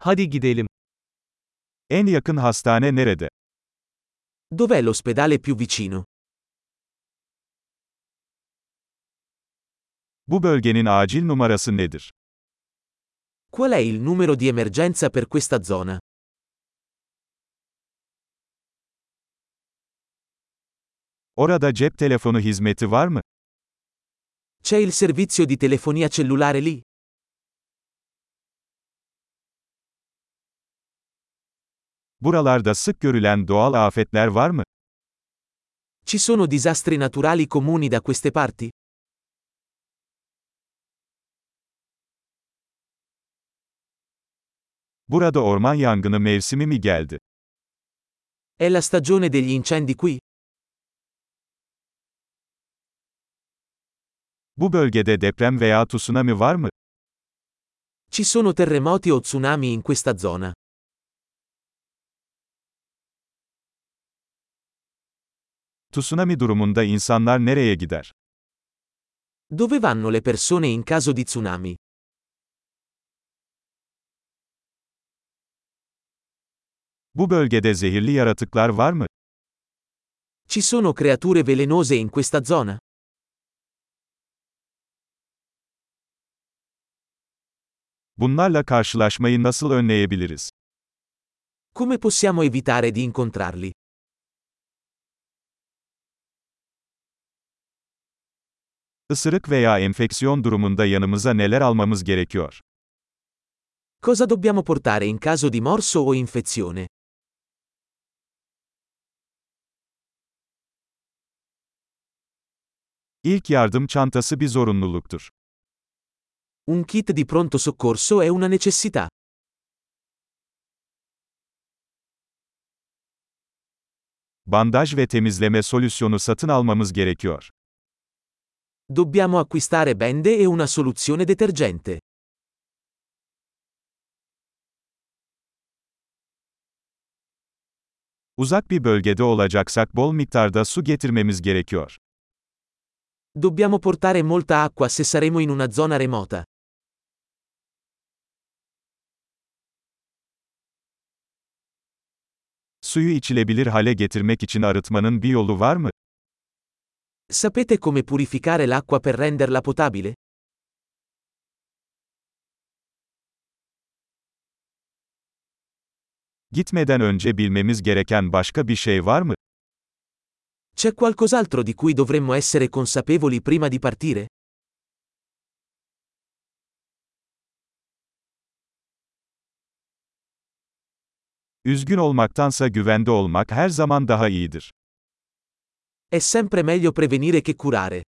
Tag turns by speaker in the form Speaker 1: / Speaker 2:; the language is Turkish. Speaker 1: Hadi gidelim.
Speaker 2: En yakın hastane nerede?
Speaker 1: Dov'è l'ospedale più vicino?
Speaker 2: Bu bölgenin acil numarası nedir?
Speaker 1: Qual è il numero di emergenza per questa zona?
Speaker 2: Orada cep telefonu hizmeti var mı?
Speaker 1: C'è il servizio di telefonia cellulare lì?
Speaker 2: Buralarda sık görülen doğal afetler var mı?
Speaker 1: Ci sono disastri naturali comuni da queste parti?
Speaker 2: Burada orman yangını mevsimi mi geldi?
Speaker 1: È la stagione degli incendi qui?
Speaker 2: Bu bölgede deprem veya tsunami var mı?
Speaker 1: Ci sono terremoti o tsunami in questa zona?
Speaker 2: Tsunami durumunda insanlar nereye gider?
Speaker 1: Dove vanno le persone in caso di tsunami?
Speaker 2: Bu bölgede zehirli yaratıklar var mı?
Speaker 1: Ci sono creature velenose in questa zona?
Speaker 2: Bunlarla karşılaşmayı nasıl önleyebiliriz?
Speaker 1: Come possiamo evitare di incontrarli?
Speaker 2: Isırık veya enfeksiyon durumunda yanımıza neler almamız gerekiyor?
Speaker 1: Cosa dobbiamo portare in caso di morso o infezione?
Speaker 2: İlk yardım çantası bir zorunluluktur.
Speaker 1: Un kit di pronto soccorso è una necessità.
Speaker 2: Bandaj ve temizleme solüsyonu satın almamız gerekiyor.
Speaker 1: Dobbiamo acquistare bende e una soluzione detergente.
Speaker 2: Uzak bir bölgede olacaksak bol miktarda su getirmemiz gerekiyor.
Speaker 1: Dobbiamo portare molta acqua se saremo in una zona remota.
Speaker 2: Suyu içilebilir hale getirmek için arıtmanın bir yolu var mı?
Speaker 1: Sapete come purificare l'acqua per renderla potabile?
Speaker 2: Gitmeden önce bilmemiz gereken başka bir şey var mı?
Speaker 1: C'è qualcos'altro di cui dovremmo essere consapevoli prima di partire?
Speaker 2: Üzgün olmaktansa güvende olmak her zaman daha iyidir.
Speaker 1: È sempre meglio prevenire che curare.